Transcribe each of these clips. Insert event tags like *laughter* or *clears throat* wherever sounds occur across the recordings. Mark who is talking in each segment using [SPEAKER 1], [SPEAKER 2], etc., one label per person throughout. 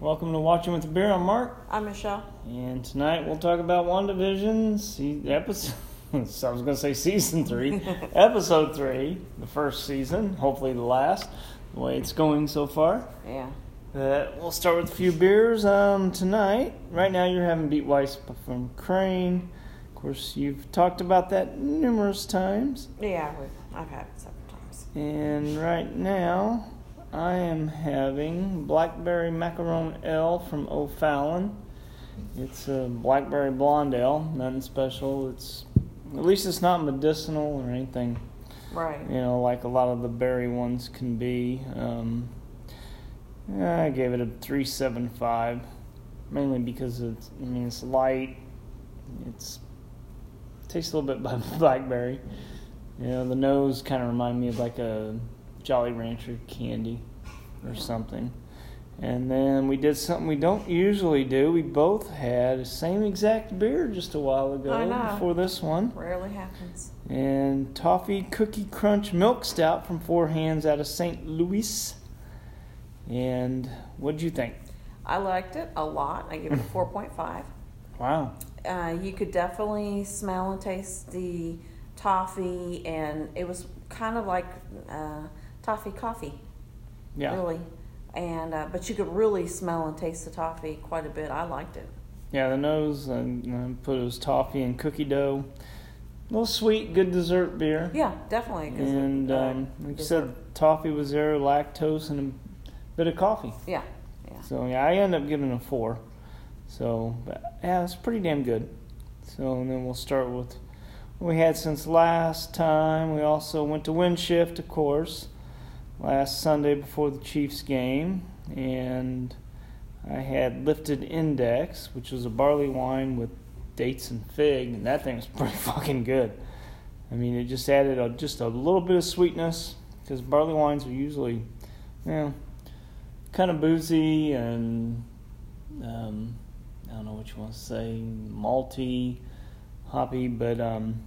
[SPEAKER 1] Welcome to Watching with a Beer. I'm Mark,
[SPEAKER 2] I'm Michelle.
[SPEAKER 1] and tonight we'll talk about WandaVision se- episode. *laughs* I was going to say season three, episode three, the first season, hopefully the last, the way it's going so far.
[SPEAKER 2] Yeah.
[SPEAKER 1] Uh, we'll start with a few beers um, tonight. Right now, you're having Beat Weiss from Crane. Of course, you've talked about that numerous times.
[SPEAKER 2] Yeah, we've, I've had it several times.
[SPEAKER 1] And right now, I am having Blackberry Macaron Ale from O'Fallon. It's a blackberry blonde ale, nothing special. It's at least it's not medicinal or anything,
[SPEAKER 2] Right.
[SPEAKER 1] you know, like a lot of the berry ones can be. Um, I gave it a three seven five, mainly because it's I mean it's light, it's tastes a little bit *laughs* by blackberry. You know, the nose kind of remind me of like a Jolly Rancher candy or something. And then we did something we don't usually do. We both had the same exact beer just a while ago
[SPEAKER 2] I know.
[SPEAKER 1] before this one.
[SPEAKER 2] Rarely happens.
[SPEAKER 1] And Toffee Cookie Crunch Milk Stout from Four Hands out of St. Louis. And what'd you think?
[SPEAKER 2] I liked it a lot. I give it a 4.5.
[SPEAKER 1] Wow.
[SPEAKER 2] Uh, you could definitely smell and taste the toffee, and it was kind of like uh, toffee coffee,
[SPEAKER 1] Yeah.
[SPEAKER 2] really. And uh, but you could really smell and taste the toffee quite a bit. I liked it.
[SPEAKER 1] Yeah, the nose. And, and put it was toffee and cookie dough. A little sweet, good dessert beer.
[SPEAKER 2] Yeah, definitely. 'cause it-
[SPEAKER 1] And
[SPEAKER 2] uh,
[SPEAKER 1] um, like you
[SPEAKER 2] dessert.
[SPEAKER 1] said, toffee was there, lactose, and a bit of coffee.
[SPEAKER 2] yeah, yeah.
[SPEAKER 1] So yeah, I end up giving it a four. So but, yeah, it's pretty damn good. So and then we'll start with what we had since last time. We also went to wind shift, of course, last Sunday before the Chiefs game, and I had lifted index, which was a barley wine with dates and fig, and that thing was *laughs* pretty fucking good. I mean, it just added a, just a little bit of sweetness because barley wines are usually, you know, kind of boozy and um, I don't know what you want to say, malty, hoppy, but um,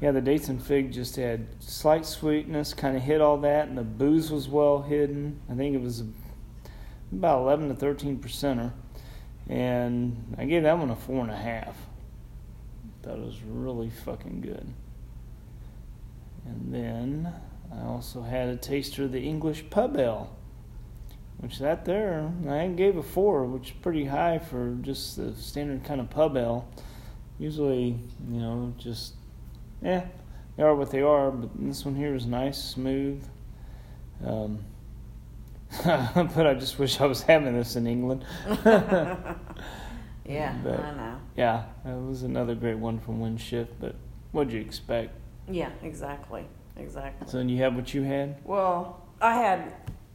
[SPEAKER 1] yeah, the dates and fig just had slight sweetness, kind of hid all that, and the booze was well hidden. I think it was about 11 to 13 percenter, and I gave that one a four and a half. Thought it was really fucking good. And then I also had a taster of the English pub ale which that there I gave a four, which is pretty high for just the standard kind of pub ale. Usually, you know, just eh, they are what they are. But this one here is nice, smooth. Um, *laughs* but I just wish I was having this in England.
[SPEAKER 2] *laughs* yeah,
[SPEAKER 1] But-
[SPEAKER 2] I know.
[SPEAKER 1] yeah, that was another great one from Wind Shift. But what'd you expect?
[SPEAKER 2] Yeah, exactly, exactly.
[SPEAKER 1] So you have what you had?
[SPEAKER 2] Well, I had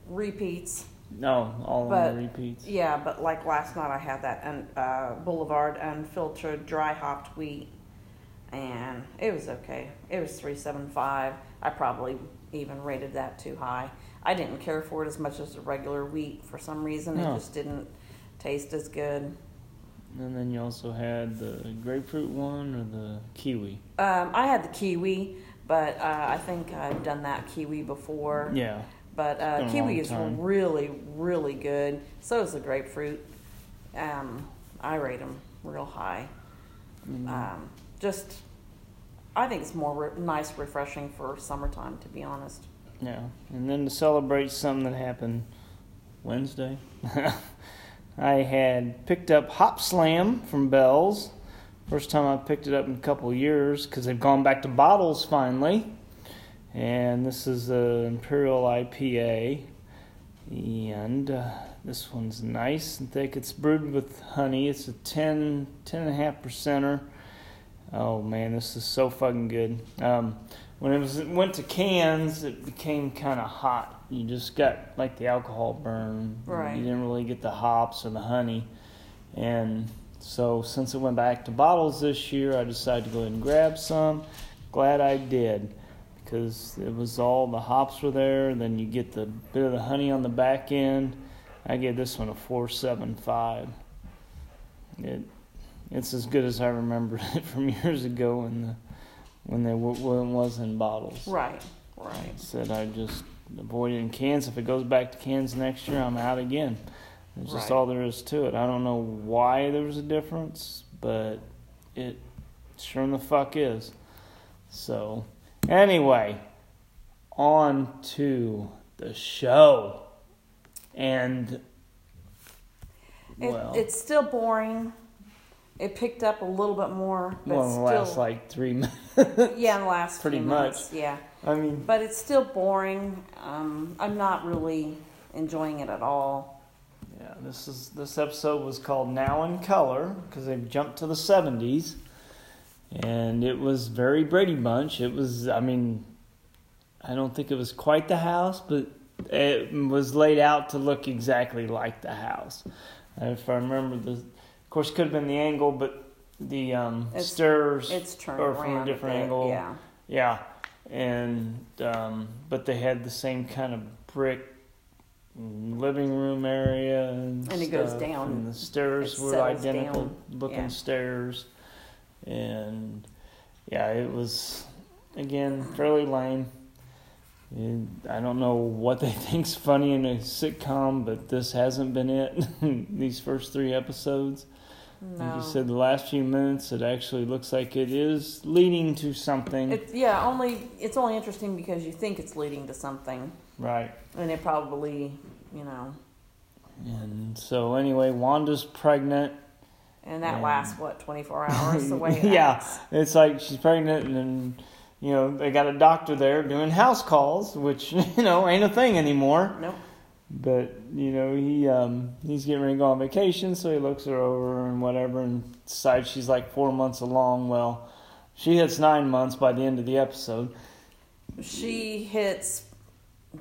[SPEAKER 2] repeats.
[SPEAKER 1] No, all
[SPEAKER 2] But-
[SPEAKER 1] on the repeats.
[SPEAKER 2] Yeah, but like last night, I had that un, uh, Boulevard unfiltered dry hopped wheat, and it was okay. It was three seven five. I probably even rated that too high. I didn't care for it as much as the regular wheat for some reason.
[SPEAKER 1] No.
[SPEAKER 2] It just didn't taste as good.
[SPEAKER 1] And then you also had the grapefruit one or the kiwi.
[SPEAKER 2] Um, I had the kiwi, but uh, I think I've done that kiwi before.
[SPEAKER 1] Yeah.
[SPEAKER 2] But
[SPEAKER 1] Been
[SPEAKER 2] uh,
[SPEAKER 1] a
[SPEAKER 2] kiwi
[SPEAKER 1] long
[SPEAKER 2] is
[SPEAKER 1] time.
[SPEAKER 2] really, really good. So is the grapefruit. Um, I rate them real high.
[SPEAKER 1] Mm-hmm.
[SPEAKER 2] Um, just, I think it's more re- nice, refreshing for summertime, to be honest.
[SPEAKER 1] Yeah, and then to celebrate something that happened Wednesday, *laughs* I had picked up Hop Slam from Bell's. First time I've picked it up in a couple years because they've gone back to bottles finally. And this is the Imperial IPA. And uh, this one's nice and thick. It's brewed with honey. It's a 10, 10.5 percenter. Oh man, this is so fucking good. Um, when it was it went to cans, it became kind of hot. You just got like the alcohol burn.
[SPEAKER 2] Right.
[SPEAKER 1] You didn't really get the hops or the honey. And so since it went back to bottles this year, I decided to go ahead and grab some. Glad I did because it was all the hops were there. Then you get the bit of the honey on the back end. I gave this one a four seven five. It it's as good as I remember *laughs* it from years ago when the when they w- when it was in bottles.
[SPEAKER 2] Right, right.
[SPEAKER 1] Said I just avoid it in cans. If it goes back to cans next year, I'm out again. It's just
[SPEAKER 2] Right.
[SPEAKER 1] all there is to it. I don't know why there was a difference, but it sure in the fuck is. So, anyway, on to the show. And,
[SPEAKER 2] It,
[SPEAKER 1] well,
[SPEAKER 2] it's still boring. It picked up a little bit more, but
[SPEAKER 1] well, the
[SPEAKER 2] still,
[SPEAKER 1] last like three *laughs* minutes.
[SPEAKER 2] yeah, in the last
[SPEAKER 1] pretty
[SPEAKER 2] few
[SPEAKER 1] much.
[SPEAKER 2] minutes, yeah.
[SPEAKER 1] I mean,
[SPEAKER 2] But it's still boring. Um, I'm not really enjoying it at all.
[SPEAKER 1] yeah, this is this episode was called Now in Color because they jumped to the 70s. And it was very Brady Bunch. It was, I mean, I don't think it was quite the house, but it was laid out to look exactly like the house. If I remember, the of course could have been the angle, but the um,
[SPEAKER 2] It's-
[SPEAKER 1] stairs,
[SPEAKER 2] It's turned
[SPEAKER 1] Or
[SPEAKER 2] around
[SPEAKER 1] from a different
[SPEAKER 2] bit,
[SPEAKER 1] angle.
[SPEAKER 2] Yeah,
[SPEAKER 1] yeah, and um, but they had the same kind of brick living room area, and,
[SPEAKER 2] And it goes
[SPEAKER 1] stuff,
[SPEAKER 2] down.
[SPEAKER 1] and the stairs
[SPEAKER 2] It
[SPEAKER 1] were
[SPEAKER 2] settles
[SPEAKER 1] identical looking
[SPEAKER 2] yeah.
[SPEAKER 1] stairs, and yeah, it was again fairly lame. And I don't know what they *laughs* think's funny in a sitcom, but this hasn't been it. *laughs* These first three episodes. Like
[SPEAKER 2] no.
[SPEAKER 1] you said, the last few minutes, it actually looks like it is leading to something.
[SPEAKER 2] It's yeah, only it's only interesting because you think it's leading to something,
[SPEAKER 1] right.
[SPEAKER 2] and it probably you know,
[SPEAKER 1] And so, anyway, Wanda's pregnant.
[SPEAKER 2] and that
[SPEAKER 1] Yeah.
[SPEAKER 2] lasts what 24 hours the way. It
[SPEAKER 1] *laughs* Yeah.
[SPEAKER 2] acts.
[SPEAKER 1] It's like she's pregnant, and then, you know, they got a doctor there doing house calls, which, *laughs* you know, ain't a thing anymore.
[SPEAKER 2] Nope.
[SPEAKER 1] But, you know, he um, he's getting ready to go on vacation, so he looks her over and whatever and decides she's like four months along. Well, she hits nine months by the end of the
[SPEAKER 2] *laughs*
[SPEAKER 1] episode.
[SPEAKER 2] She hits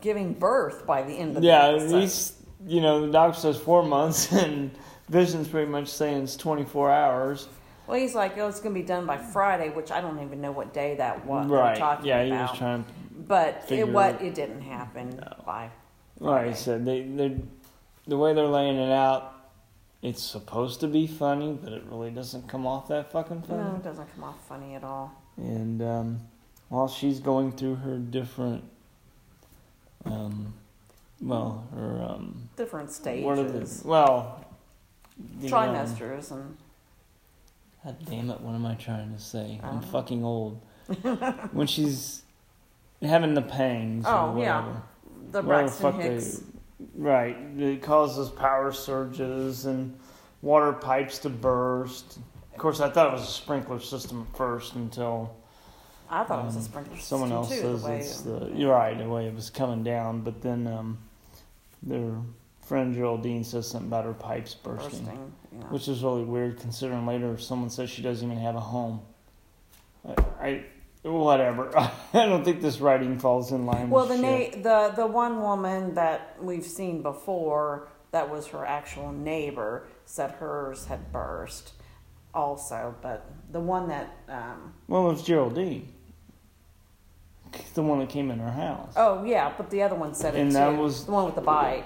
[SPEAKER 2] giving birth by the end of
[SPEAKER 1] yeah,
[SPEAKER 2] the episode.
[SPEAKER 1] he's you know the doctor says four months, *laughs* and Vision's pretty much saying it's twenty four hours.
[SPEAKER 2] Well, he's like, oh, it's going to be done by Friday, which I don't even know what day that was. they're
[SPEAKER 1] right?
[SPEAKER 2] Talking
[SPEAKER 1] yeah,
[SPEAKER 2] about.
[SPEAKER 1] he was trying.
[SPEAKER 2] But it
[SPEAKER 1] figure
[SPEAKER 2] what
[SPEAKER 1] out-
[SPEAKER 2] it didn't happen
[SPEAKER 1] No.
[SPEAKER 2] by.
[SPEAKER 1] Like I said, they they the way they're laying it out, it's supposed to be funny, but it really doesn't come off that fucking funny.
[SPEAKER 2] No, it doesn't come off funny at all.
[SPEAKER 1] And um, while she's going through her different, um, well, her um,
[SPEAKER 2] Different stages,
[SPEAKER 1] what are the well, the, um,
[SPEAKER 2] trimesters, and
[SPEAKER 1] God damn it, what am I trying to say?
[SPEAKER 2] I
[SPEAKER 1] I'm
[SPEAKER 2] don't know.
[SPEAKER 1] fucking
[SPEAKER 2] *laughs*
[SPEAKER 1] old. when she's having the pangs or
[SPEAKER 2] Oh, yeah.
[SPEAKER 1] whatever.
[SPEAKER 2] the
[SPEAKER 1] Whatever the
[SPEAKER 2] Braxton
[SPEAKER 1] fuck
[SPEAKER 2] Hicks.
[SPEAKER 1] They, right. It causes power surges and water pipes to burst. Of course, I thought it was a sprinkler system at first until
[SPEAKER 2] I thought it was a
[SPEAKER 1] um,
[SPEAKER 2] sprinkler
[SPEAKER 1] someone else
[SPEAKER 2] system too.
[SPEAKER 1] says
[SPEAKER 2] the way
[SPEAKER 1] it's the you're right the way it was coming down but then um, their friend geraldine says something about her pipes bursting,
[SPEAKER 2] bursting. Yeah.
[SPEAKER 1] which is really weird considering later someone says she doesn't even have a home i, I whatever *laughs* i don't think this writing falls in line
[SPEAKER 2] Well, the
[SPEAKER 1] with shit.
[SPEAKER 2] na- the the one woman that we've seen before that was her actual neighbor said hers had burst, also. But the one that um,
[SPEAKER 1] well it was geraldine the one that came in her house
[SPEAKER 2] oh yeah, but the other one said it
[SPEAKER 1] And
[SPEAKER 2] too.
[SPEAKER 1] that was-
[SPEAKER 2] the one with the bike.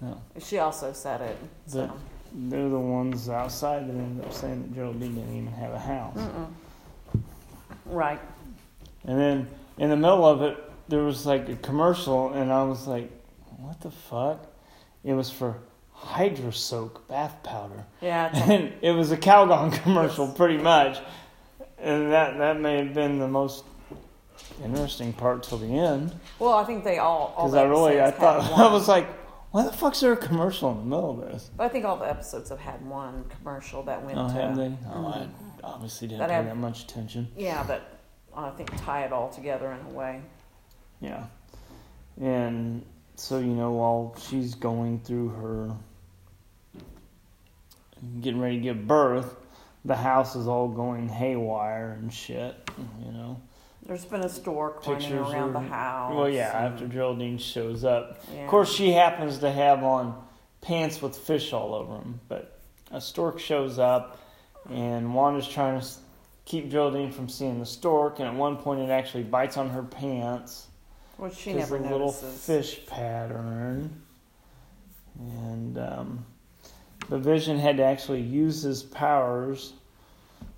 [SPEAKER 1] no
[SPEAKER 2] She also said it. So.
[SPEAKER 1] they're the ones outside that ended up saying that geraldine didn't even have a house
[SPEAKER 2] Mm-mm. Right.
[SPEAKER 1] And then in the middle of it, there was like a commercial, and I was like, "What the fuck?" It was for Hydro Soak bath powder, *laughs*
[SPEAKER 2] Yeah. it's-
[SPEAKER 1] and it was a Calgon commercial,
[SPEAKER 2] Yes.
[SPEAKER 1] pretty much. And that that may have been the most interesting part till the end,
[SPEAKER 2] well, I think they
[SPEAKER 1] *laughs*
[SPEAKER 2] all. all
[SPEAKER 1] because
[SPEAKER 2] the
[SPEAKER 1] I really I
[SPEAKER 2] episodes had
[SPEAKER 1] thought *laughs*
[SPEAKER 2] one.
[SPEAKER 1] I was like, "Why the fuck's there a commercial in the middle of this?"
[SPEAKER 2] But I think all the episodes have had one commercial that went
[SPEAKER 1] Oh,
[SPEAKER 2] to.
[SPEAKER 1] have they? Oh, I obviously didn't
[SPEAKER 2] That
[SPEAKER 1] pay
[SPEAKER 2] have-
[SPEAKER 1] that much attention.
[SPEAKER 2] Yeah, but I think tie it all together in a way.
[SPEAKER 1] Yeah. And so, you know, while she's going through her getting ready to give birth, the house is all going haywire and shit, you know.
[SPEAKER 2] There's been a store cleaning
[SPEAKER 1] Pictures
[SPEAKER 2] around the
[SPEAKER 1] are-
[SPEAKER 2] house.
[SPEAKER 1] Well, yeah,
[SPEAKER 2] and-
[SPEAKER 1] after Geraldine shows up.
[SPEAKER 2] yeah.
[SPEAKER 1] Of course, she happens to have on pants with fish all over them, but a stork shows up and Wanda's trying to s- keep Geraldine from seeing the stork, and at one point it actually bites on her pants.
[SPEAKER 2] which she
[SPEAKER 1] There's
[SPEAKER 2] never
[SPEAKER 1] a little
[SPEAKER 2] notices.
[SPEAKER 1] fish pattern. And um, the Vision had to actually use his powers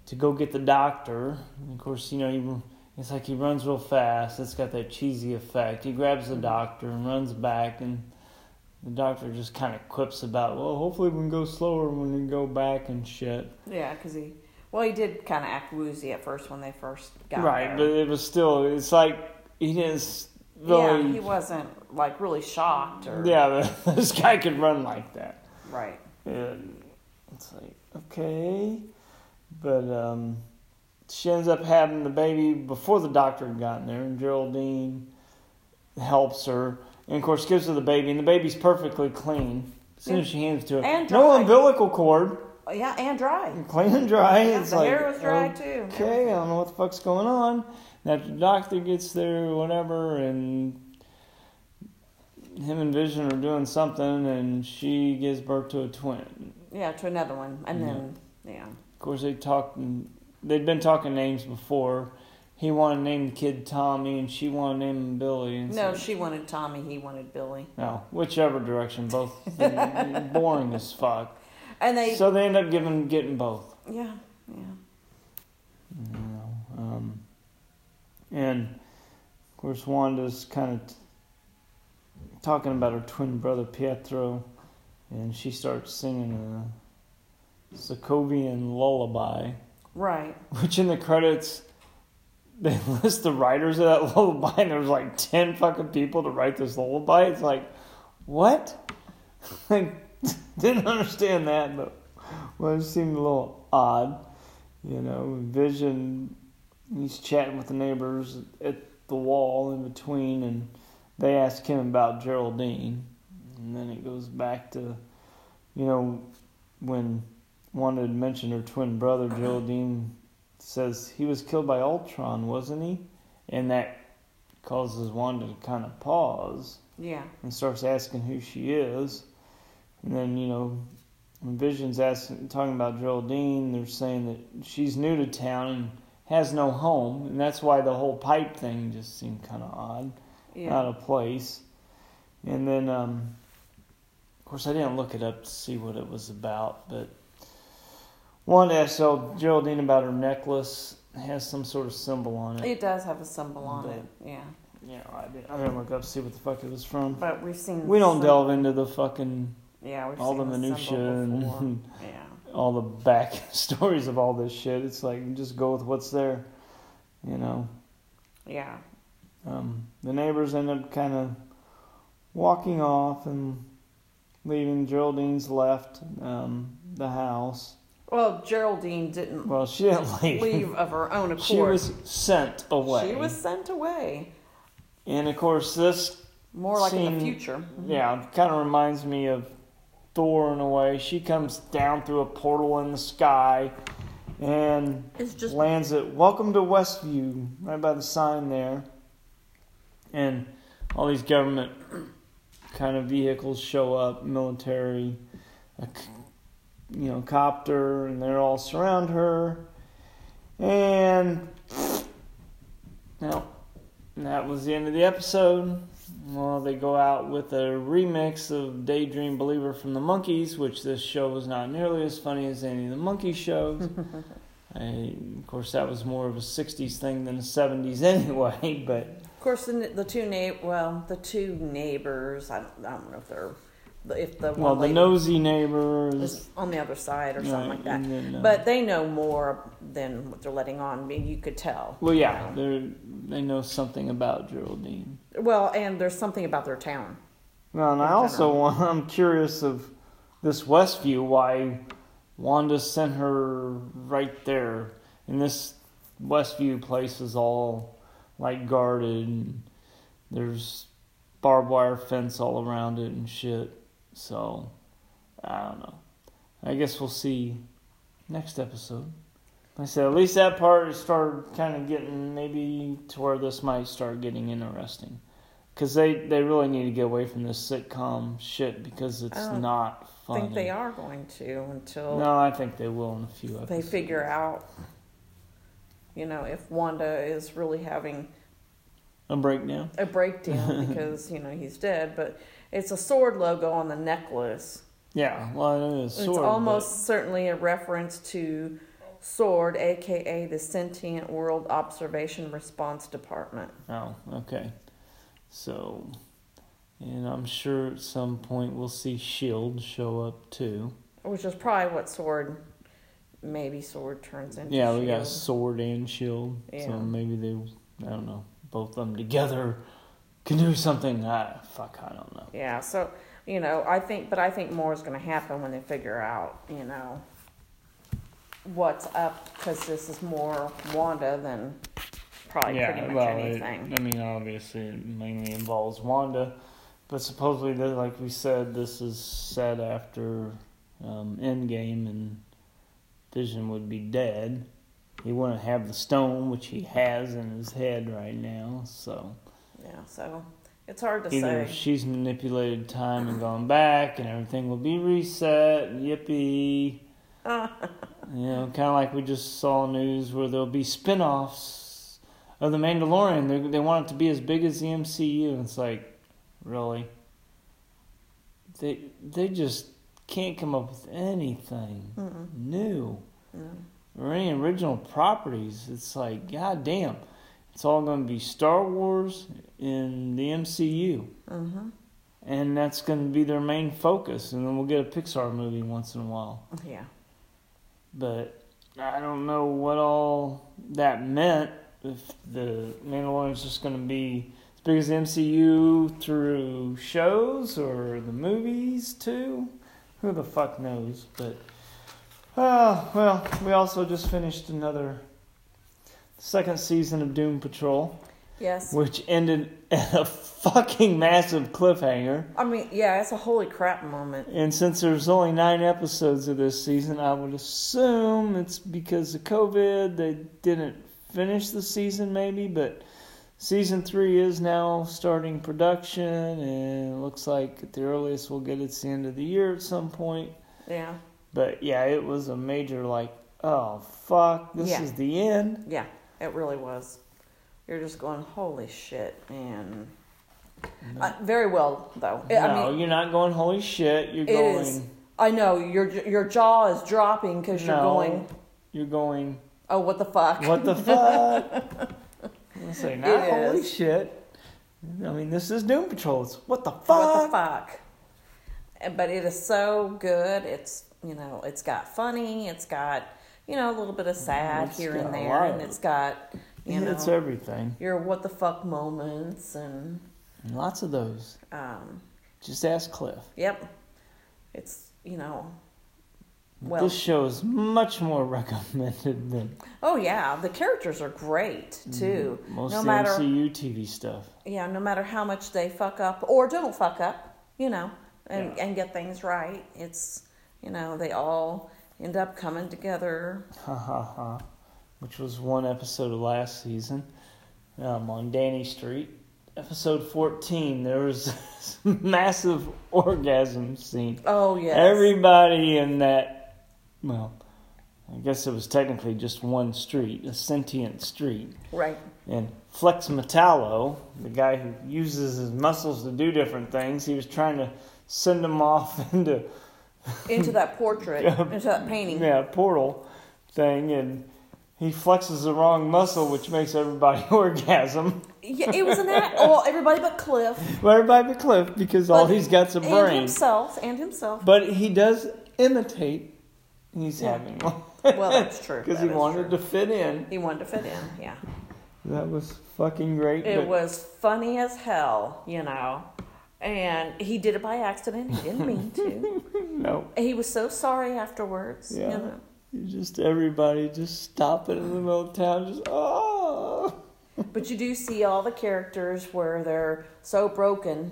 [SPEAKER 1] to go get the doctor. And of course, you know, he, it's like he runs real fast. It's got that cheesy effect. He grabs the doctor and runs back, and the doctor just kind of quips about, well, hopefully we can go slower when we go back and shit.
[SPEAKER 2] Yeah, because he, well, he did kind of act woozy at first when they first got
[SPEAKER 1] right, but
[SPEAKER 2] there.
[SPEAKER 1] it was still, it's like he didn't s- really.
[SPEAKER 2] yeah, he wasn't like really shocked or
[SPEAKER 1] Yeah, *laughs* this guy could run like that.
[SPEAKER 2] right.
[SPEAKER 1] And it's like, okay. But um, she ends up having the baby before the doctor had gotten there, and Geraldine helps her, and of course, gives her the baby, and the baby's perfectly clean. As soon as she hands it to her,
[SPEAKER 2] And
[SPEAKER 1] no
[SPEAKER 2] dry.
[SPEAKER 1] umbilical cord, *laughs*
[SPEAKER 2] Oh, Yeah, and dry.
[SPEAKER 1] clean and dry.
[SPEAKER 2] Yeah,
[SPEAKER 1] it's
[SPEAKER 2] the
[SPEAKER 1] like,
[SPEAKER 2] hair was dry
[SPEAKER 1] okay,
[SPEAKER 2] too.
[SPEAKER 1] I don't know what the fuck's going on. And after the doctor gets there, or whatever, and him and Vision are doing something, and she gives birth to a twin.
[SPEAKER 2] Yeah, to another one, and
[SPEAKER 1] Yeah.
[SPEAKER 2] then yeah,
[SPEAKER 1] Of course, they talked. They'd been talking names before. He wanted to name the kid Tommy, and she wanted to name him Billy. And
[SPEAKER 2] no,
[SPEAKER 1] so-
[SPEAKER 2] she wanted Tommy, he wanted Billy,
[SPEAKER 1] no, whichever direction,
[SPEAKER 2] *laughs*
[SPEAKER 1] both boring as fuck.
[SPEAKER 2] and they
[SPEAKER 1] So they end up giving getting both.
[SPEAKER 2] yeah yeah
[SPEAKER 1] you know. Um, and of course, Wanda's kind of t- talking about her twin brother Pietro, and she starts singing a Sokovian lullaby,
[SPEAKER 2] right
[SPEAKER 1] which in the credits. They *laughs* list the writers of that lullaby, and there's like 10 fucking people to write this lullaby. It's like, what? *laughs* Like, *laughs* didn't understand that, but well, it seemed a little odd. You know, Vision, he's chatting with the neighbors at the wall in between, and they ask him about Geraldine. And then it goes back to, you know, when Wanda had mentioned her twin brother, Geraldine says he was killed by Ultron, wasn't he? And that causes Wanda to kind of pause
[SPEAKER 2] yeah
[SPEAKER 1] and starts asking who she is. And then, you know, when Vision's asking, talking about Geraldine, they're saying that she's new to town and has no home, and that's why the whole pipe thing just seemed kind of odd,
[SPEAKER 2] yeah
[SPEAKER 1] out of place. And then, um, of course, I didn't look it up to see what it was about, but Wanda asked Geraldine about her necklace. It has some sort of symbol on it.
[SPEAKER 2] it does have a symbol on
[SPEAKER 1] But-
[SPEAKER 2] it yeah
[SPEAKER 1] You know, I didn't, I didn't look up to see what the fuck it was from.
[SPEAKER 2] but we've seen
[SPEAKER 1] We don't
[SPEAKER 2] some-
[SPEAKER 1] delve into the fucking
[SPEAKER 2] yeah we've
[SPEAKER 1] all the
[SPEAKER 2] seen
[SPEAKER 1] minutia
[SPEAKER 2] symbol before.
[SPEAKER 1] *laughs* and
[SPEAKER 2] yeah
[SPEAKER 1] all the back *laughs* stories of all this shit. It's like just go with what's there, you know.
[SPEAKER 2] yeah
[SPEAKER 1] Um, the neighbors end up kind of walking off and leaving. Geraldine's left um, the house.
[SPEAKER 2] well Geraldine didn't
[SPEAKER 1] Well, she didn't *laughs* leave.
[SPEAKER 2] *laughs* leave of her own
[SPEAKER 1] *laughs*
[SPEAKER 2] accord
[SPEAKER 1] she was sent away.
[SPEAKER 2] She was sent away
[SPEAKER 1] and of course this
[SPEAKER 2] more like in
[SPEAKER 1] Seen-
[SPEAKER 2] the future
[SPEAKER 1] Yeah, it kind of reminds me of Thor in a way. She comes down through a portal in the sky and
[SPEAKER 2] It's just-
[SPEAKER 1] lands at Welcome to Westview, right by the sign there. And all these government kind of vehicles show up, military, a c- you know, copter, and they're all surround her. And no, that was the end of the episode. Well, they go out with a remix of Daydream Believer from the Monkees, which this show was not nearly as funny as any of the Monkey shows. I, of course, that was more of a 60s thing than a 70s *laughs* anyway, but
[SPEAKER 2] Of course, the, the two na- well, the two neighbors. I don't, I don't know if they're if the
[SPEAKER 1] well,
[SPEAKER 2] one
[SPEAKER 1] the
[SPEAKER 2] lady
[SPEAKER 1] nosy neighbors
[SPEAKER 2] is on the other side or something like
[SPEAKER 1] right,
[SPEAKER 2] that.
[SPEAKER 1] and then, uh,
[SPEAKER 2] But they know more than what they're letting on. I mean, you could tell.
[SPEAKER 1] well, yeah, they they know something about Geraldine.
[SPEAKER 2] Well, and there's something about their town.
[SPEAKER 1] Well, and I
[SPEAKER 2] In
[SPEAKER 1] also
[SPEAKER 2] general.
[SPEAKER 1] want, *laughs* I'm curious of this Westview why Wanda sent her right there, and this Westview place is all like guarded. And there's barbed wire fence all around it and shit. So I don't know. I guess we'll see next episode. Like I said at least that part started kind of getting maybe to where this might start getting interesting. Because they, they really need to get away from this sitcom shit because it's
[SPEAKER 2] I don't
[SPEAKER 1] not
[SPEAKER 2] I
[SPEAKER 1] funny.
[SPEAKER 2] Oh, think they are going to until
[SPEAKER 1] No, I think they will in a few episodes.
[SPEAKER 2] they figure out, you know, if Wanda is really having
[SPEAKER 1] a breakdown. *laughs*
[SPEAKER 2] a breakdown because you know he's dead. But it's a sword logo on the necklace.
[SPEAKER 1] Yeah, well, it is
[SPEAKER 2] it's
[SPEAKER 1] sort of, but-
[SPEAKER 2] almost certainly a reference to SWORD, aka the Sentient World Observation Response Department.
[SPEAKER 1] Oh, okay. Oh, So, And I'm sure at some point we'll see Shield show up too.
[SPEAKER 2] which is probably what sword, maybe sword turns into.
[SPEAKER 1] yeah, we got
[SPEAKER 2] shield.
[SPEAKER 1] Sword and Shield.
[SPEAKER 2] Yeah.
[SPEAKER 1] So maybe they, I don't know, both of them together can do something. I, fuck, I don't know.
[SPEAKER 2] Yeah, so you know, I think, but I think more is going to happen when they figure out, you know, what's up because this is more Wanda than probably pretty much
[SPEAKER 1] well, it-
[SPEAKER 2] anything.
[SPEAKER 1] I mean, obviously, it mainly involves Wanda, but supposedly, th- like we said, this is set after um, Endgame, and Vision would be dead. He wouldn't have the stone, which he has in his head right now. So
[SPEAKER 2] yeah, so it's hard to
[SPEAKER 1] either
[SPEAKER 2] say.
[SPEAKER 1] she's manipulated time and gone back, and everything will be reset. and Yippee! You know, kind of like we just saw news where there'll be spin-offs of The Mandalorian. They, they want it to be as big as the MCU. And it's like, really? They, they just can't come up with anything
[SPEAKER 2] Mm-mm.
[SPEAKER 1] new
[SPEAKER 2] No.
[SPEAKER 1] or any original properties. It's like, god damn. It's all going to be Star Wars in the MCU.
[SPEAKER 2] hmm
[SPEAKER 1] And that's going to be their main focus. And then we'll get a Pixar movie once in a while
[SPEAKER 2] Yeah.
[SPEAKER 1] but I don't know what all that meant. If the Mandalorian's just going to be as big as the MCU through shows or the movies too, who the fuck knows? But oh well, we also just finished another second season of Doom Patrol,
[SPEAKER 2] Yes.
[SPEAKER 1] which ended *laughs* at a fucking massive cliffhanger.
[SPEAKER 2] I mean, yeah, it's a holy crap moment.
[SPEAKER 1] And since there's only nine episodes of this season, I would assume it's because of COVID. They didn't finish the season, maybe, but season three is now starting production, and it looks like at the earliest we'll get it's the end of the year at some point.
[SPEAKER 2] Yeah.
[SPEAKER 1] But yeah, it was a major, like, oh, fuck, this
[SPEAKER 2] Yeah.
[SPEAKER 1] is the end.
[SPEAKER 2] Yeah, it really was. You're just going, holy shit, and uh, very well though. I- I
[SPEAKER 1] no,
[SPEAKER 2] mean,
[SPEAKER 1] you're not going, holy shit, you're
[SPEAKER 2] It
[SPEAKER 1] going,
[SPEAKER 2] is. I know your your jaw is dropping because you're
[SPEAKER 1] no,
[SPEAKER 2] going,
[SPEAKER 1] you're going,
[SPEAKER 2] oh, what the fuck?
[SPEAKER 1] What the fuck?
[SPEAKER 2] *laughs*
[SPEAKER 1] I say, not
[SPEAKER 2] It
[SPEAKER 1] holy
[SPEAKER 2] is.
[SPEAKER 1] shit. I mean, this is Doom Patrol. It's what the fuck?
[SPEAKER 2] What the fuck? Uh, But it is so good. It's you know, it's got funny. It's got you know a little bit of sad
[SPEAKER 1] Mm, It's
[SPEAKER 2] here
[SPEAKER 1] got a
[SPEAKER 2] and
[SPEAKER 1] lot
[SPEAKER 2] there,
[SPEAKER 1] of
[SPEAKER 2] and
[SPEAKER 1] it.
[SPEAKER 2] it's got you know
[SPEAKER 1] It's everything.
[SPEAKER 2] your what the fuck moments and
[SPEAKER 1] Lots of those.
[SPEAKER 2] um,
[SPEAKER 1] Just ask Cliff.
[SPEAKER 2] yep, it's you know. Well,
[SPEAKER 1] this show is much more *laughs* recommended than
[SPEAKER 2] oh yeah, the characters are great too.
[SPEAKER 1] most
[SPEAKER 2] no
[SPEAKER 1] of the
[SPEAKER 2] matter
[SPEAKER 1] MCU TV stuff.
[SPEAKER 2] yeah, no matter how much they fuck up or don't fuck up, you know, and,
[SPEAKER 1] Yeah.
[SPEAKER 2] and get things right, it's, you know, they all end up coming together.
[SPEAKER 1] Ha ha ha. Which was one episode of last season um, on Danny Street. Episode 14, there was *laughs* this massive *laughs* orgasm scene.
[SPEAKER 2] Oh, yes.
[SPEAKER 1] Everybody in that, well, I guess it was technically just one street, a sentient street.
[SPEAKER 2] Right.
[SPEAKER 1] And Flex Metallo, the guy who uses his muscles to do different things, he was trying to send them off *laughs* into
[SPEAKER 2] Into
[SPEAKER 1] *laughs*
[SPEAKER 2] that portrait, into that painting.
[SPEAKER 1] yeah a portal thing, and he flexes the wrong muscle, which makes everybody *laughs* orgasm.
[SPEAKER 2] Yeah, it was an act. Well, everybody but Cliff.
[SPEAKER 1] Well, everybody but Cliff, because all
[SPEAKER 2] But-
[SPEAKER 1] he's got's a
[SPEAKER 2] and
[SPEAKER 1] brain.
[SPEAKER 2] himself. And
[SPEAKER 1] *laughs*
[SPEAKER 2] himself.
[SPEAKER 1] But he does imitate. He's
[SPEAKER 2] Yeah.
[SPEAKER 1] having one *laughs*
[SPEAKER 2] Well, that's true.
[SPEAKER 1] because
[SPEAKER 2] That
[SPEAKER 1] he
[SPEAKER 2] is
[SPEAKER 1] wanted
[SPEAKER 2] true.
[SPEAKER 1] to fit in.
[SPEAKER 2] He wanted to fit in, yeah.
[SPEAKER 1] That was fucking great.
[SPEAKER 2] It
[SPEAKER 1] but
[SPEAKER 2] was funny as hell, you know. And he did it by accident. He didn't mean
[SPEAKER 1] *laughs*
[SPEAKER 2] to.
[SPEAKER 1] No,
[SPEAKER 2] he was so sorry afterwards.
[SPEAKER 1] Yeah.
[SPEAKER 2] You know?
[SPEAKER 1] you just everybody just stopping in the middle of town, just oh.
[SPEAKER 2] But you do see all the characters where they're so broken,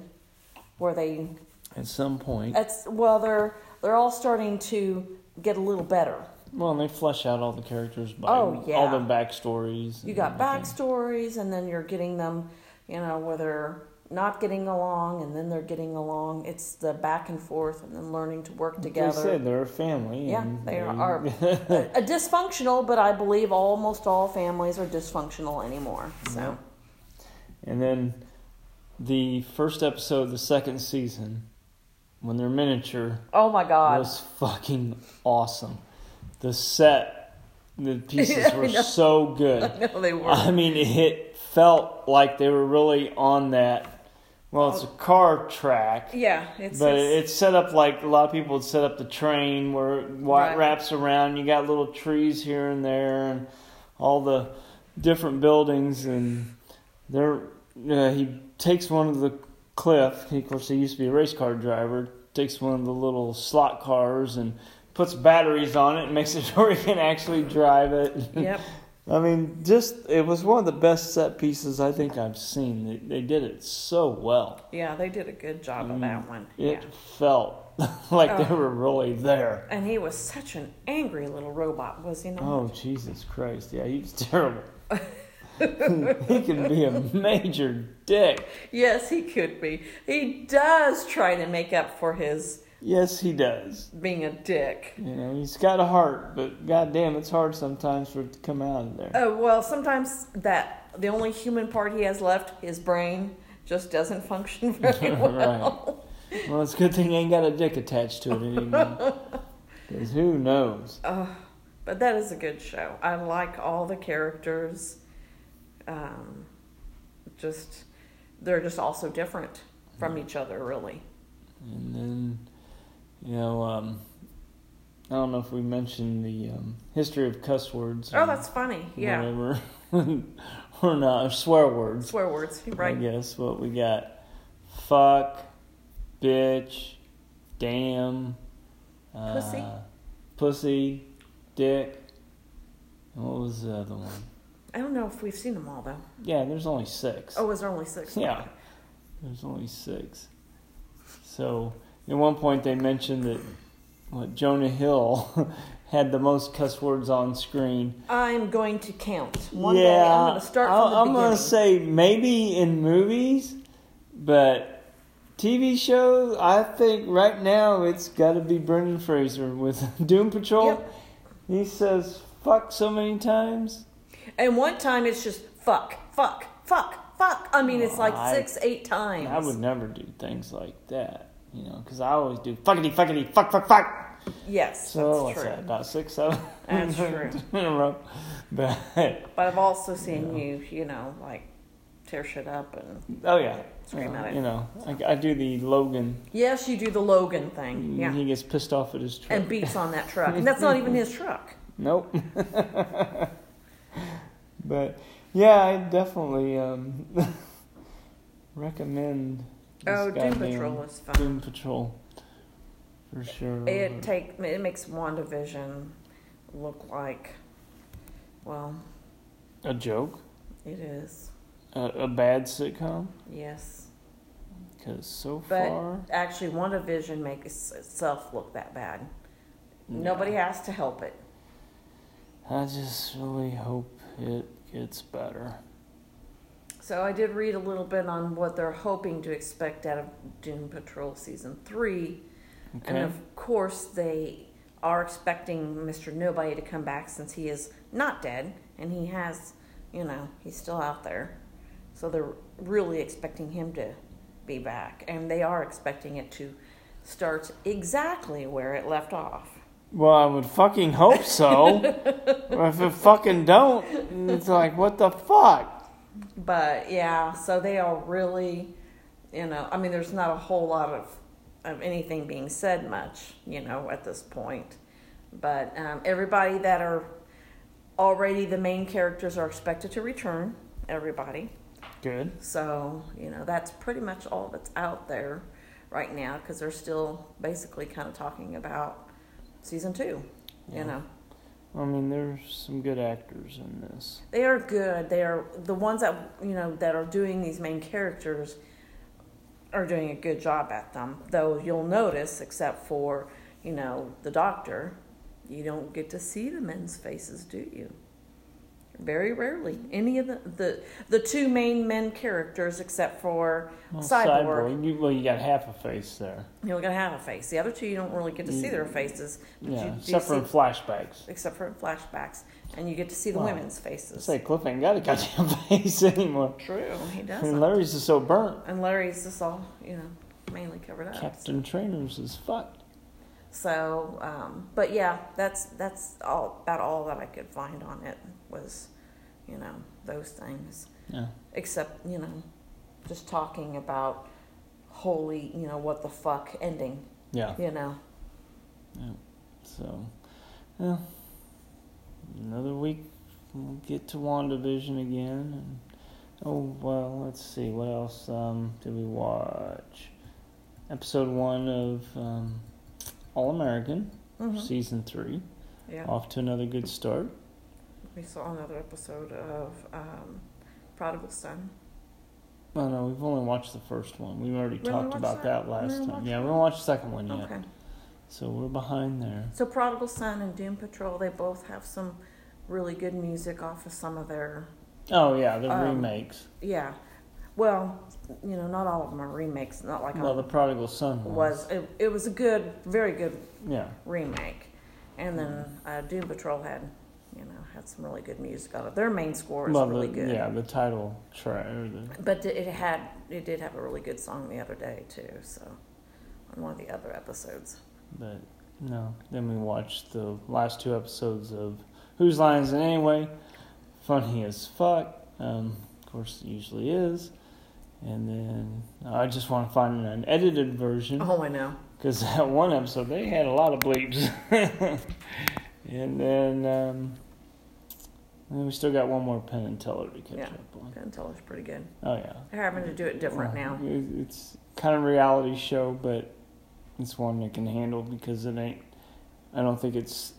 [SPEAKER 2] where they
[SPEAKER 1] At some point,
[SPEAKER 2] it's well they're they're all starting to get a little better.
[SPEAKER 1] well, and they flesh out all the characters by
[SPEAKER 2] Oh, yeah.
[SPEAKER 1] all the backstories.
[SPEAKER 2] You
[SPEAKER 1] and
[SPEAKER 2] got
[SPEAKER 1] everything.
[SPEAKER 2] backstories, and then you're getting them, you know, where they're not getting along, and then they're getting along. It's the back and forth, and then learning to work
[SPEAKER 1] They said
[SPEAKER 2] together.
[SPEAKER 1] they're a family.
[SPEAKER 2] Yeah,
[SPEAKER 1] and *laughs*
[SPEAKER 2] they are a, a dysfunctional, but I believe almost all families are dysfunctional anymore. So
[SPEAKER 1] And then the first episode of the second season, when they're miniature,
[SPEAKER 2] oh my god, *laughs*
[SPEAKER 1] was fucking awesome. The set, the pieces
[SPEAKER 2] Yeah, *laughs* I
[SPEAKER 1] were
[SPEAKER 2] know.
[SPEAKER 1] so good. *laughs*
[SPEAKER 2] *laughs* no, they were.
[SPEAKER 1] I mean, it felt like they were really on that Well, it's a car track.
[SPEAKER 2] Oh. Yeah, it's.
[SPEAKER 1] But
[SPEAKER 2] it's-
[SPEAKER 1] it's set up like a lot of people would set up the train where it wa-
[SPEAKER 2] Right.
[SPEAKER 1] wraps around. You got little trees here and there, and all the different buildings. And there, uh, he takes one of the cliff. He, of course, he used to be a race car driver. Takes one of the little slot cars and puts batteries on it and makes it *laughs* where he can actually drive it.
[SPEAKER 2] Yep.
[SPEAKER 1] I mean, just it was one of the best set pieces I think I've seen. They, they did it so well.
[SPEAKER 2] Yeah, they did a good job
[SPEAKER 1] Mm,
[SPEAKER 2] of that one.
[SPEAKER 1] It
[SPEAKER 2] Yeah.
[SPEAKER 1] felt *laughs* like they
[SPEAKER 2] Oh.
[SPEAKER 1] were really there.
[SPEAKER 2] And he was such an angry little robot, was he not?
[SPEAKER 1] Oh Jesus Christ! Yeah, he was terrible. *laughs* he can be a major dick.
[SPEAKER 2] Yes, he could be. He does try to make up for his
[SPEAKER 1] Yes, he does.
[SPEAKER 2] being a dick.
[SPEAKER 1] You know, he's got a heart, but goddamn, it's hard sometimes for it to come out of there.
[SPEAKER 2] Oh well, sometimes that the only human part he has left, his brain, just doesn't function *laughs*
[SPEAKER 1] *laughs*
[SPEAKER 2] very
[SPEAKER 1] Right.
[SPEAKER 2] well.
[SPEAKER 1] Well, it's a good thing he ain't got a dick attached to it
[SPEAKER 2] *laughs*
[SPEAKER 1] anymore. Because who knows?
[SPEAKER 2] Ugh, but that is a good show. I like all the characters. Um, just they're just all so different from each other, really.
[SPEAKER 1] And then, you know, um, I don't know if we mentioned the um, history of cuss words.
[SPEAKER 2] Oh,
[SPEAKER 1] and
[SPEAKER 2] that's funny. Yeah,
[SPEAKER 1] Whatever. *laughs* or not, or swear words.
[SPEAKER 2] swear words,
[SPEAKER 1] I
[SPEAKER 2] right?
[SPEAKER 1] guess what we got fuck, bitch, damn, uh,
[SPEAKER 2] Pussy.
[SPEAKER 1] pussy, dick. And what was the other one?
[SPEAKER 2] I don't know if we've seen them all though.
[SPEAKER 1] Yeah, there's only six.
[SPEAKER 2] Oh, is there only six?
[SPEAKER 1] Yeah. There's only six. So at one point they mentioned that what Jonah Hill *laughs* had the most cuss words on screen.
[SPEAKER 2] I'm going to count. One day I'm going to start
[SPEAKER 1] I'll-
[SPEAKER 2] from the
[SPEAKER 1] I'm
[SPEAKER 2] beginning.
[SPEAKER 1] gonna say maybe in movies, but TV shows. I think right now it's got to be Brendan Fraser with *laughs* Doom Patrol.
[SPEAKER 2] Yep.
[SPEAKER 1] He says "fuck" so many times.
[SPEAKER 2] And one time it's just fuck, fuck, fuck, fuck. I mean, it's like
[SPEAKER 1] Well, I-
[SPEAKER 2] six, eight times.
[SPEAKER 1] I would never do things like that, you know, because I always do "fuckity, fuckity, fuck, fuck, fuck."
[SPEAKER 2] Yes,
[SPEAKER 1] So
[SPEAKER 2] that's
[SPEAKER 1] what's
[SPEAKER 2] true.
[SPEAKER 1] that? About six, seven. *laughs*
[SPEAKER 2] That's true.
[SPEAKER 1] in a row. But oh,
[SPEAKER 2] But I've also seen you, you know, like tear shit up and
[SPEAKER 1] oh yeah,
[SPEAKER 2] Scream
[SPEAKER 1] Uh,
[SPEAKER 2] at it.
[SPEAKER 1] You know, I, I do the Logan.
[SPEAKER 2] yes, you do the Logan thing,
[SPEAKER 1] and
[SPEAKER 2] yeah,
[SPEAKER 1] He gets pissed off at his truck.
[SPEAKER 2] and beats on that truck, and that's not even his
[SPEAKER 1] *laughs*
[SPEAKER 2] truck.
[SPEAKER 1] Nope. but yeah, I definitely um, *laughs* recommend. this
[SPEAKER 2] Oh, Doom
[SPEAKER 1] goddamn
[SPEAKER 2] Patrol is fun.
[SPEAKER 1] Doom Patrol. For sure.
[SPEAKER 2] It take it makes WandaVision look like, well,
[SPEAKER 1] a joke,
[SPEAKER 2] it is.
[SPEAKER 1] a, a bad sitcom,
[SPEAKER 2] Yes,
[SPEAKER 1] because so
[SPEAKER 2] But-
[SPEAKER 1] far
[SPEAKER 2] actually, WandaVision makes itself look that bad. Nobody has to help it.
[SPEAKER 1] I just really hope it gets better.
[SPEAKER 2] So I did read a little bit on what they're hoping to expect out of Doom Patrol season three, and
[SPEAKER 1] Okay.
[SPEAKER 2] of course they are expecting Mr. Nobody to come back since he is not dead and he has, you know, he's still out there. So they're really expecting him to be back, and they are expecting it to start exactly where it left off.
[SPEAKER 1] Well, I would fucking hope *laughs* so. Or if it fucking don't, it's like what the fuck.
[SPEAKER 2] But yeah, so they are really, you know, I mean, there's not a whole lot of of anything being said much, you know, at this point. But um, everybody that are already the main characters are expected to return. Everybody,
[SPEAKER 1] Good.
[SPEAKER 2] so you know, that's pretty much all that's out there right now because they're still basically kind of talking about season two.
[SPEAKER 1] Yeah.
[SPEAKER 2] You know,
[SPEAKER 1] I mean, there's some good actors in this.
[SPEAKER 2] They are good. They are the ones that you know that are doing these main characters are doing a good job at them. Though you'll notice, except for you know the doctor, you don't get to see the men's faces, do you? Very rarely, any of the the, the two main men characters, except for
[SPEAKER 1] Well,
[SPEAKER 2] Cyborg.
[SPEAKER 1] You, well, you got half a face there.
[SPEAKER 2] you know, gonna have a face. The other two, you don't really get to see their
[SPEAKER 1] Mm.
[SPEAKER 2] faces. but you
[SPEAKER 1] Yeah,
[SPEAKER 2] do
[SPEAKER 1] except for in
[SPEAKER 2] see-
[SPEAKER 1] flashbacks.
[SPEAKER 2] except for in flashbacks, and you get to see the
[SPEAKER 1] Wow.
[SPEAKER 2] women's
[SPEAKER 1] I
[SPEAKER 2] faces.
[SPEAKER 1] say Cliff ain't got a goddamn *laughs* face anymore.
[SPEAKER 2] True, he doesn't.
[SPEAKER 1] And Larry's just so burnt.
[SPEAKER 2] And Larry's just all, you know, mainly covered up.
[SPEAKER 1] Captain Trainers is fucked.
[SPEAKER 2] So, um, but yeah, that's that's all about all that I could find on it was, you know, those things.
[SPEAKER 1] Yeah.
[SPEAKER 2] Except, you know, just talking about holy, you know, what the fuck ending,
[SPEAKER 1] Yeah.
[SPEAKER 2] you know.
[SPEAKER 1] So, yeah. Another week, we'll get to WandaVision again. And, oh, well, let's see. What else um, did we watch? Episode one of um, All American,
[SPEAKER 2] Mhm.
[SPEAKER 1] season three.
[SPEAKER 2] Yeah.
[SPEAKER 1] Off to another good start.
[SPEAKER 2] We saw another episode of um, Prodigal Son.
[SPEAKER 1] Oh, no, we've only watched the first one. We already
[SPEAKER 2] We
[SPEAKER 1] talked
[SPEAKER 2] only watched
[SPEAKER 1] about
[SPEAKER 2] that?
[SPEAKER 1] that, last
[SPEAKER 2] We only
[SPEAKER 1] time.
[SPEAKER 2] watched
[SPEAKER 1] Yeah, we haven't watched the second one yet.
[SPEAKER 2] Okay.
[SPEAKER 1] So we're behind there.
[SPEAKER 2] So Prodigal Son and Doom Patrol, they both have some really good music off of some of their
[SPEAKER 1] Oh, yeah, the
[SPEAKER 2] Um,
[SPEAKER 1] remakes.
[SPEAKER 2] yeah. Well, you know, not all of them are remakes. Not like
[SPEAKER 1] Well, the
[SPEAKER 2] all
[SPEAKER 1] Prodigal Son one.
[SPEAKER 2] was it, it was a good, very good
[SPEAKER 1] Yeah.
[SPEAKER 2] remake, and then uh, Doom Patrol had you know had some really good music on it. Their main score is
[SPEAKER 1] well,
[SPEAKER 2] really
[SPEAKER 1] the,
[SPEAKER 2] good.
[SPEAKER 1] Yeah, the title track. Or the,
[SPEAKER 2] But it had it did have a really good song the other day too. So on one of the other episodes.
[SPEAKER 1] But no, then we watched the last two episodes of Whose Line Is It Anyway? Funny as fuck. Um, of course, it usually is. And then I just want to find an unedited version
[SPEAKER 2] Oh, I know.
[SPEAKER 1] because that one episode they had a lot of bleeps. *laughs* and then, um, then we still got one more Penn and Teller to catch
[SPEAKER 2] Yeah.
[SPEAKER 1] up on.
[SPEAKER 2] Penn Teller's pretty good.
[SPEAKER 1] Oh yeah,
[SPEAKER 2] They're having to do it different
[SPEAKER 1] Well,
[SPEAKER 2] now.
[SPEAKER 1] it- It's kind of a reality show, but it's one that can handle because it ain't. I don't think it's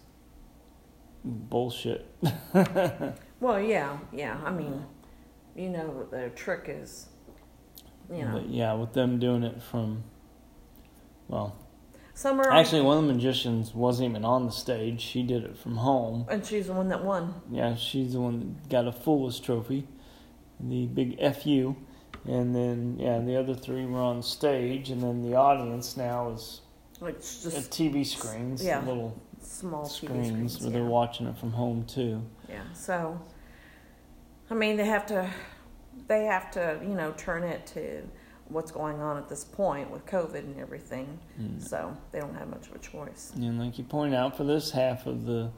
[SPEAKER 1] bullshit. *laughs*
[SPEAKER 2] Well, yeah, yeah. I mean, you know that their trick is, you know,
[SPEAKER 1] But yeah, with them doing it from. Well,
[SPEAKER 2] some are
[SPEAKER 1] actually, one of the magicians wasn't even on the stage. She did it from home.
[SPEAKER 2] and she's the one that won.
[SPEAKER 1] Yeah, she's the one that got a Fool's Trophy, the big FU. And then, yeah, the other three were on stage, and then the audience now is
[SPEAKER 2] Like it's
[SPEAKER 1] a
[SPEAKER 2] just
[SPEAKER 1] TV screens,
[SPEAKER 2] yeah.
[SPEAKER 1] little
[SPEAKER 2] small TV
[SPEAKER 1] screens,
[SPEAKER 2] screens.
[SPEAKER 1] but they're
[SPEAKER 2] Yeah.
[SPEAKER 1] watching it from home too.
[SPEAKER 2] yeah. So, I mean, they have to, they have to, you know, turn it to what's going on at this point with COVID and everything.
[SPEAKER 1] And,
[SPEAKER 2] So they don't have much of a choice.
[SPEAKER 1] and like you point out, for this half of the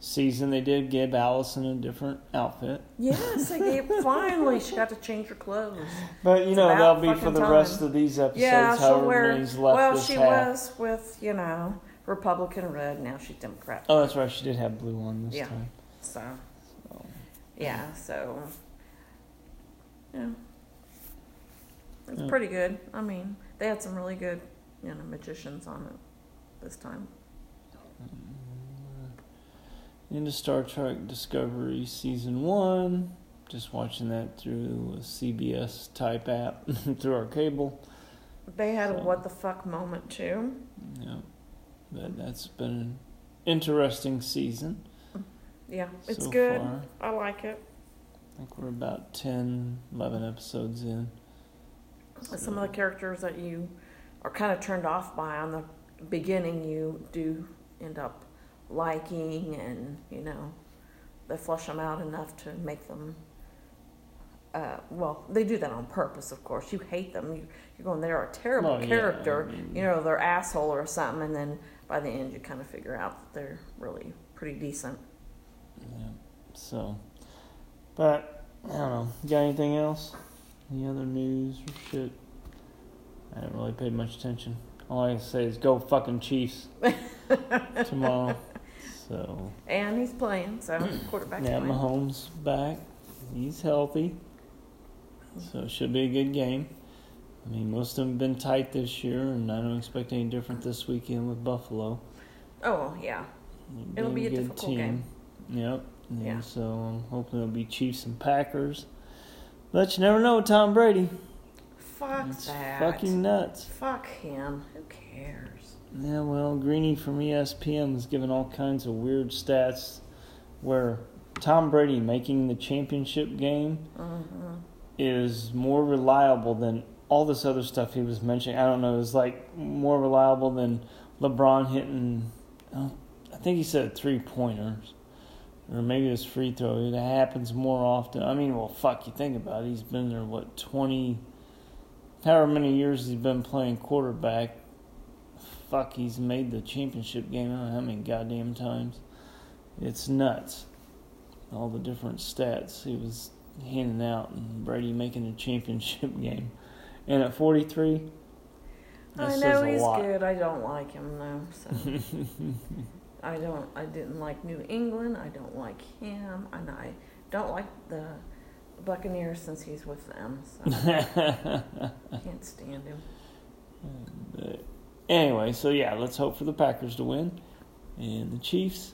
[SPEAKER 1] season, they did give Allison a different outfit.
[SPEAKER 2] Yes, they gave, finally she got to change her clothes.
[SPEAKER 1] But you
[SPEAKER 2] It's
[SPEAKER 1] know,
[SPEAKER 2] about
[SPEAKER 1] that'll be for
[SPEAKER 2] fucking
[SPEAKER 1] the
[SPEAKER 2] time.
[SPEAKER 1] rest of these episodes.
[SPEAKER 2] Yeah, she'll
[SPEAKER 1] however
[SPEAKER 2] wear.
[SPEAKER 1] many's left
[SPEAKER 2] Well,
[SPEAKER 1] this
[SPEAKER 2] she
[SPEAKER 1] half.
[SPEAKER 2] was with you know Republican red. Now she's Democrat.
[SPEAKER 1] Oh, that's right. She did have blue on this
[SPEAKER 2] Yeah.
[SPEAKER 1] time.
[SPEAKER 2] So
[SPEAKER 1] So,
[SPEAKER 2] yeah, so yeah, it's
[SPEAKER 1] Yeah.
[SPEAKER 2] pretty good. I mean, they had some really good you know magicians on it this time.
[SPEAKER 1] um, into Star Trek Discovery season one. Just watching that through a CBS type app *laughs* through our cable.
[SPEAKER 2] They had a
[SPEAKER 1] So-
[SPEAKER 2] what the fuck moment too.
[SPEAKER 1] Yeah, but that's been an interesting season.
[SPEAKER 2] Yeah, it's
[SPEAKER 1] so
[SPEAKER 2] good.
[SPEAKER 1] Far.
[SPEAKER 2] I like it.
[SPEAKER 1] I think we're about 10, 11 episodes in.
[SPEAKER 2] Some of the characters that you are kind of turned off by on the beginning, you do end up liking, and you know, they flush them out enough to make them. Uh, well, they do that on purpose, of course. You hate them. You, you're going, they're a terrible
[SPEAKER 1] Well, Oh, yeah, I
[SPEAKER 2] character.
[SPEAKER 1] mean-
[SPEAKER 2] You know, they're asshole or something, and then by the end, you kind of figure out that they're really pretty decent. *laughs*
[SPEAKER 1] Yeah, so. But, I don't know. You got anything else? Any other news or shit? I didn't really pay much attention. All I can say is go fucking
[SPEAKER 2] *laughs*
[SPEAKER 1] Chiefs tomorrow. So,
[SPEAKER 2] And he's playing, so *clears throat* quarterback.
[SPEAKER 1] yeah,
[SPEAKER 2] playing.
[SPEAKER 1] Mahomes back. He's healthy. So, it should be a good game. I mean, most of them have been tight this year, and I don't expect any different this weekend with Buffalo.
[SPEAKER 2] Oh yeah, It'll be a
[SPEAKER 1] good
[SPEAKER 2] difficult game.
[SPEAKER 1] Yep. Yeah.
[SPEAKER 2] Yeah.
[SPEAKER 1] So I'm hoping it'll be Chiefs and Packers. But you never know, with Tom Brady.
[SPEAKER 2] fuck
[SPEAKER 1] it's
[SPEAKER 2] that.
[SPEAKER 1] fucking nuts.
[SPEAKER 2] Fuck him. Who cares?
[SPEAKER 1] Yeah, well, Greeny from E ESPN is giving all kinds of weird stats where Tom Brady making the championship game Mm-hmm.
[SPEAKER 2] hmm
[SPEAKER 1] is more reliable than all this other stuff he was mentioning. I don't know, it's like more reliable than LeBron hitting, oh, I think he said three pointers. Or maybe it's free throw. It happens more often. I mean, well, fuck, you think about it. He's been there, what, 20, however many years he's been playing quarterback. Fuck, he's made the championship game, I don't know how many goddamn times. It's nuts. All the different stats he was *laughs* handing out and Brady making the championship game. And at 43,
[SPEAKER 2] I
[SPEAKER 1] This
[SPEAKER 2] know
[SPEAKER 1] is a
[SPEAKER 2] he's
[SPEAKER 1] lot.
[SPEAKER 2] good. I don't like him
[SPEAKER 1] *laughs*
[SPEAKER 2] though. So I don't. I didn't like New England. I don't like him, and I don't like the Buccaneers since he's with them. So
[SPEAKER 1] *laughs*
[SPEAKER 2] I can't stand him.
[SPEAKER 1] anyway, so yeah, let's hope for the Packers to win and the Chiefs.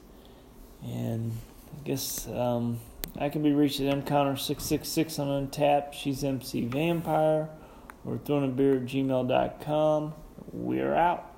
[SPEAKER 1] And I guess um, I can be reached at mconnor666 on Untap. She's MC Vampire. We're throwing a beer at gmail.com. We're out.